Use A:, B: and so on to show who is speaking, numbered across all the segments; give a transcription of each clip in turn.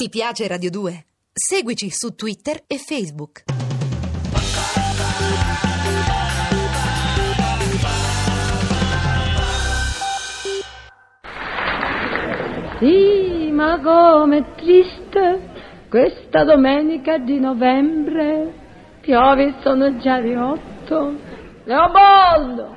A: Ti piace Radio 2? Seguici su Twitter e Facebook.
B: Sì, ma com'è triste questa domenica di novembre. Piove sono già le otto. Leopoldo!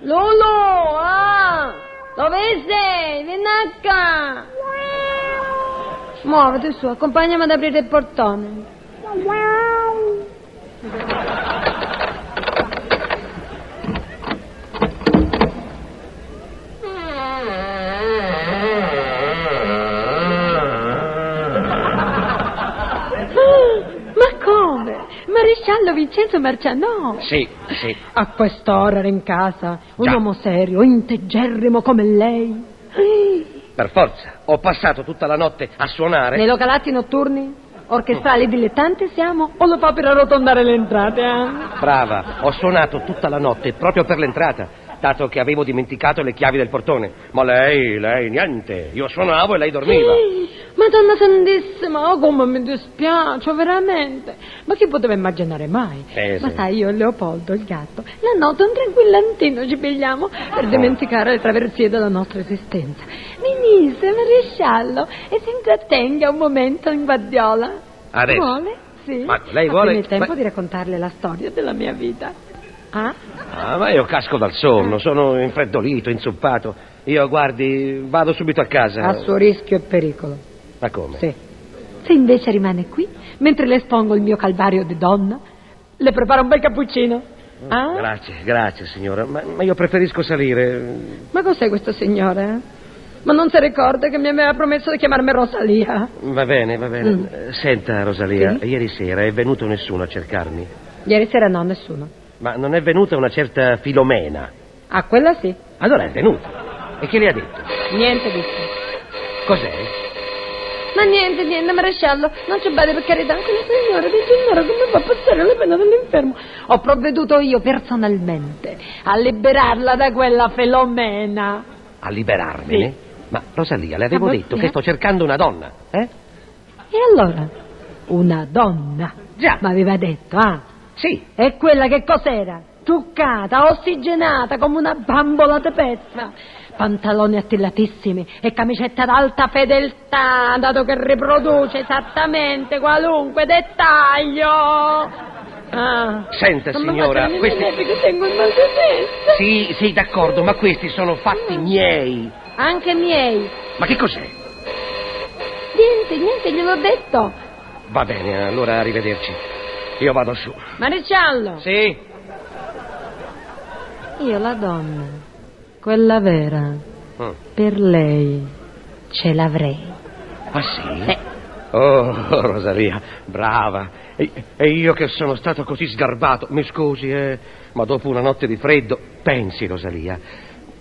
B: Lulu! Ah! Dove sei? Venacca! Muoviti su, accompagnami ad aprire il portone. Ah, Ma come? Maresciallo Vincenzo Marcianò!
C: Sì, sì.
B: A quest'ora era in casa, un
C: Già.
B: uomo serio, integerrimo come lei. Ah.
C: Per forza. Ho passato tutta la notte a suonare.
B: Nei localati notturni, orchestrali dilettanti siamo, o lo fa per arrotondare le entrate? eh?
C: Brava, ho suonato tutta la notte proprio per l'entrata, dato che avevo dimenticato le chiavi del portone. Ma lei, lei, niente. Io suonavo e lei dormiva.
B: Ehi, Madonna Santissima, oh come mi dispiace, veramente. Ma chi poteva immaginare mai?
C: Eh,
B: Ma
C: sì.
B: sai, io e Leopoldo, il gatto, la notte un tranquillantino ci pigliamo
C: Ah.
B: per dimenticare le traversie della nostra esistenza. Venisse, maresciallo, e si intrattenga un momento in guardiola.
C: Adesso.
B: Vuole? Sì.
C: Ma lei
B: Ma
C: vuole-
B: prima il tempo
C: ma-
B: di raccontarle la storia della mia vita. Ah?
C: Ah, ma io casco dal sonno, sono infreddolito, inzuppato. Io, guardi, vado subito a casa.
B: A suo rischio e pericolo.
C: Ma come?
B: Sì. Se invece rimane qui, mentre le espongo il mio calvario di donna, le preparo un bel cappuccino. Ah?
C: Grazie, grazie signora, ma, ma io preferisco salire.
B: Ma cos'è questo signore? eh? Ma non si ricorda che mi aveva promesso di chiamarmi Rosalia?
C: Va bene, va bene.
B: Mm.
C: Eh, Senta, Rosalia,
B: Sì?
C: ieri sera è venuto nessuno a cercarmi.
B: Ieri sera no, nessuno.
C: Ma non è venuta una certa Filomena.
B: Ah, quella sì.
C: Allora è venuta. E che le ha detto?
B: Niente di più.
C: Cos'è?
B: Ma niente, niente, maresciallo, non ci badi per carità, anche la signora di Gennaro come fa a passare la pena dell'infermo. Ho provveduto io personalmente a liberarla da quella felomena.
C: A liberarmene?
B: Sì.
C: Ma Rosalia, le avevo
B: Ah, ma-
C: detto
B: eh?
C: che sto cercando una donna, eh?
B: E allora? Una donna.
C: Già.
B: Mi aveva detto, ah.
C: Sì.
B: E quella che cos'era? Truccata, ossigenata, come una bambola di pezza. Pantaloni attillatissimi e camicetta d'alta fedeltà, dato che riproduce esattamente qualunque dettaglio. Ah.
C: Senta,
B: Non mi
C: signora,
B: faccio
C: questi-
B: venire i nervi che tengo il mal di testa.
C: Sì, sì, d'accordo, ma questi sono fatti miei.
B: Anche miei.
C: Ma che cos'è?
B: Niente, niente, gliel'ho detto.
C: Va bene, allora arrivederci. Io vado su.
B: Maresciallo.
C: Sì.
B: Io la donna, quella vera,
C: Mm.
B: per lei ce l'avrei.
C: Ah sì? Oh, Rosalia, brava. E, e io che sono stato così sgarbato, mi scusi, eh, ma dopo una notte di freddo, pensi, Rosalia,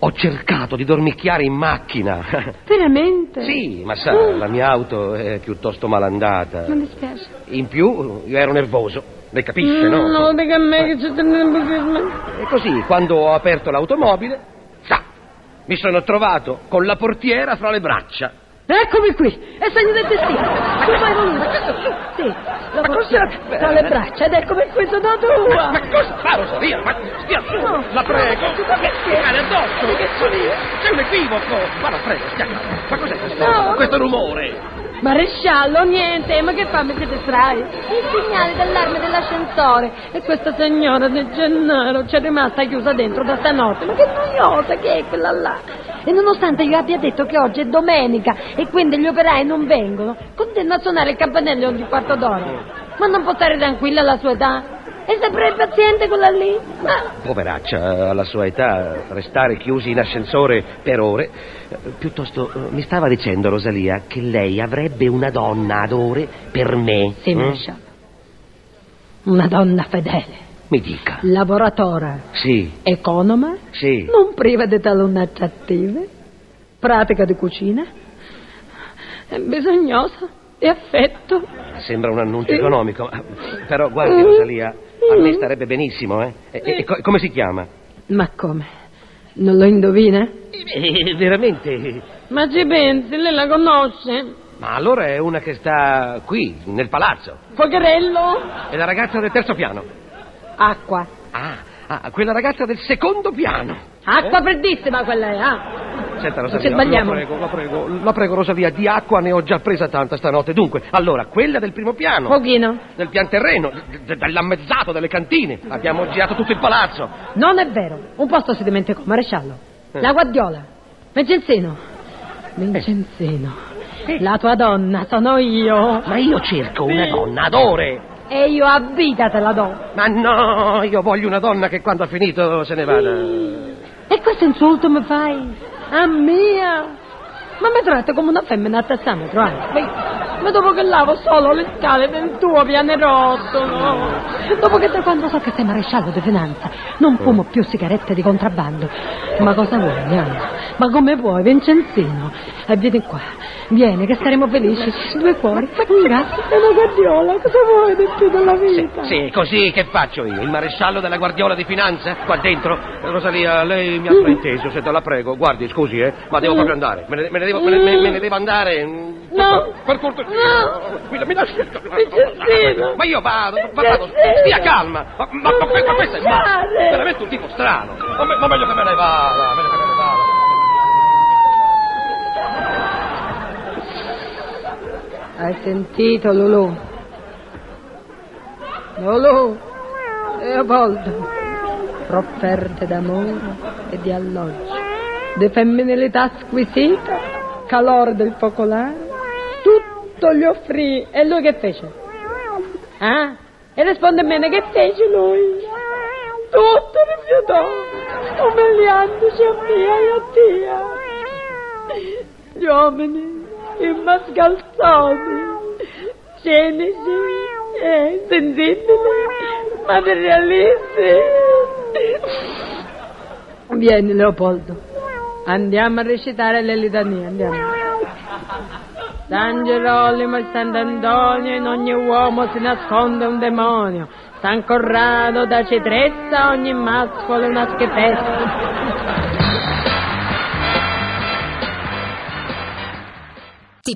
C: ho cercato di dormicchiare in macchina.
B: Veramente?
C: sì, ma sa, la mia auto è piuttosto malandata.
B: Mi dispiace.
C: In più, io ero nervoso. Lei capisce, no?
B: No, dica a me che c'è tanto
C: E così, quando ho aperto l'automobile, sa, mi sono trovato con la portiera fra le braccia.
B: Eccomi qui, è segno del destino. Tu fai voluta. Sì, la
C: Ma cos'è?
B: portiera tra le braccia ed eccomi qui sono tua.
C: Ma cosa fa Rosalia? Ma stia su,
B: No.
C: la prego.
B: Ma perché?
C: Mi cade addosso.
B: Ma che sono io?
C: C'è un equivoco. Ma la prego, stia calma. Ma cos'è questo,
B: No.
C: questo rumore?
B: Maresciallo, niente, ma che fa? Mi siete strani? È il segnale d'allarme dell'ascensore. E questa signora di Gennaro c'è rimasta chiusa dentro da stanotte. Ma che noiosa che è quella là? E nonostante io abbia detto che oggi è domenica e quindi gli operai non vengono, continua a suonare il campanello ogni quarto d'ora. Ma non può stare tranquilla alla sua età? E sempre paziente quella lì? Ma...
C: Poveraccia, alla sua età, restare chiusi in ascensore per ore. Eh, Piuttosto, eh, mi stava dicendo Rosalia che lei avrebbe una donna ad ore per me.
B: Sì,
C: Mm?
B: maresciallo. Una donna fedele,
C: Mi dica.
B: lavoratora,
C: Sì,
B: economa,
C: sì.
B: non priva di talonnacce attive, pratica di cucina, è bisognosa e affetto.
C: Sembra un annuncio
B: Sì.
C: economico. ma- Però, guardi,
B: Mm.
C: Rosalia, a me
B: Mm.
C: starebbe benissimo, eh? E- e-
B: Sì.
C: e co- come si chiama?
B: Ma come? Non lo indovina?
C: Eh, veramente.
B: Ma ci pensi, lei la conosce?
C: Ma allora è una che sta qui, nel palazzo.
B: Fogherello?
C: È la ragazza del terzo piano.
B: Acqua.
C: Ah, ah, quella ragazza del secondo piano.
B: Acqua freddissima quella è, ah.
C: Senta,
B: Non ci
C: Rosalia,
B: sbagliamo.
C: la prego, la prego, la prego, Rosalia, di acqua ne ho già presa tanta stanotte. Dunque, allora, quella del primo piano.
B: Pochino.
C: Del pian terreno, d- d- dell'ammezzato, delle cantine. Abbiamo girato tutto il palazzo.
B: Non è vero. Un posto si dimenticò, maresciallo.
C: Eh.
B: La guardiola. Vincenzino. Vincenzino. La tua donna sono io.
C: Ma io cerco una
B: Sì.
C: donna ad ore.
B: E io a vita te la do.
C: Ma no, io voglio una donna che quando ha finito se ne vada.
B: E questo insulto mi fai? A mia? Ma mi tratta come una femmina a tassametro, eh? Ma dopo che lavo solo le scale del tuo pianerottolo. Dopo che da quando so che sei maresciallo di finanza non
C: Eh.
B: fumo più sigarette di contrabbando. Ma cosa vuoi, Anna? Ma come vuoi, Vincenzino? E vieni qua, vieni che saremo felici. Due cuori, un gatto e una guardiola. Cosa vuoi di più della vita?
C: Sì, così che faccio io? Il maresciallo della guardiola di finanza? Qua dentro? Rosalia, lei mi ha frainteso, senta, la prego. Guardi, scusi, eh, ma devo proprio andare. Me ne, me ne devo, me ne- me- me ne devo andare. mm,
B: No.
C: Per cortesia.
B: No.
C: Mi, mi lasci.
B: Vincenzino.
C: Ma io vado, va- vado.
B: Vincenzino.
C: Stia calma. Ma, ma, ma-
B: Non mi
C: ma questo è
B: lasciare.
C: veramente un tipo strano. Ma, me- ma meglio che me ne vada, meglio che me ne vada.
B: Hai sentito, Lulu? Lulu, Leopoldo, profferte d'amore e di alloggio, di femminilità squisita, calore del focolare, tutto gli offrì. E lui che fece? Ah? E risponde bene, che fece lui? Tutto rifiutò, umiliandosi a mia e a tia. Gli uomini, i mascalzoni, cinici e insensibili, materialisti. Vieni Leopoldo, andiamo a recitare le litanie, andiamo. San Gerolimo e Sant'Antonio, in ogni uomo si nasconde un demonio. San Corrado da Cetrezza, ogni mascolo è una schifezza.
A: Ti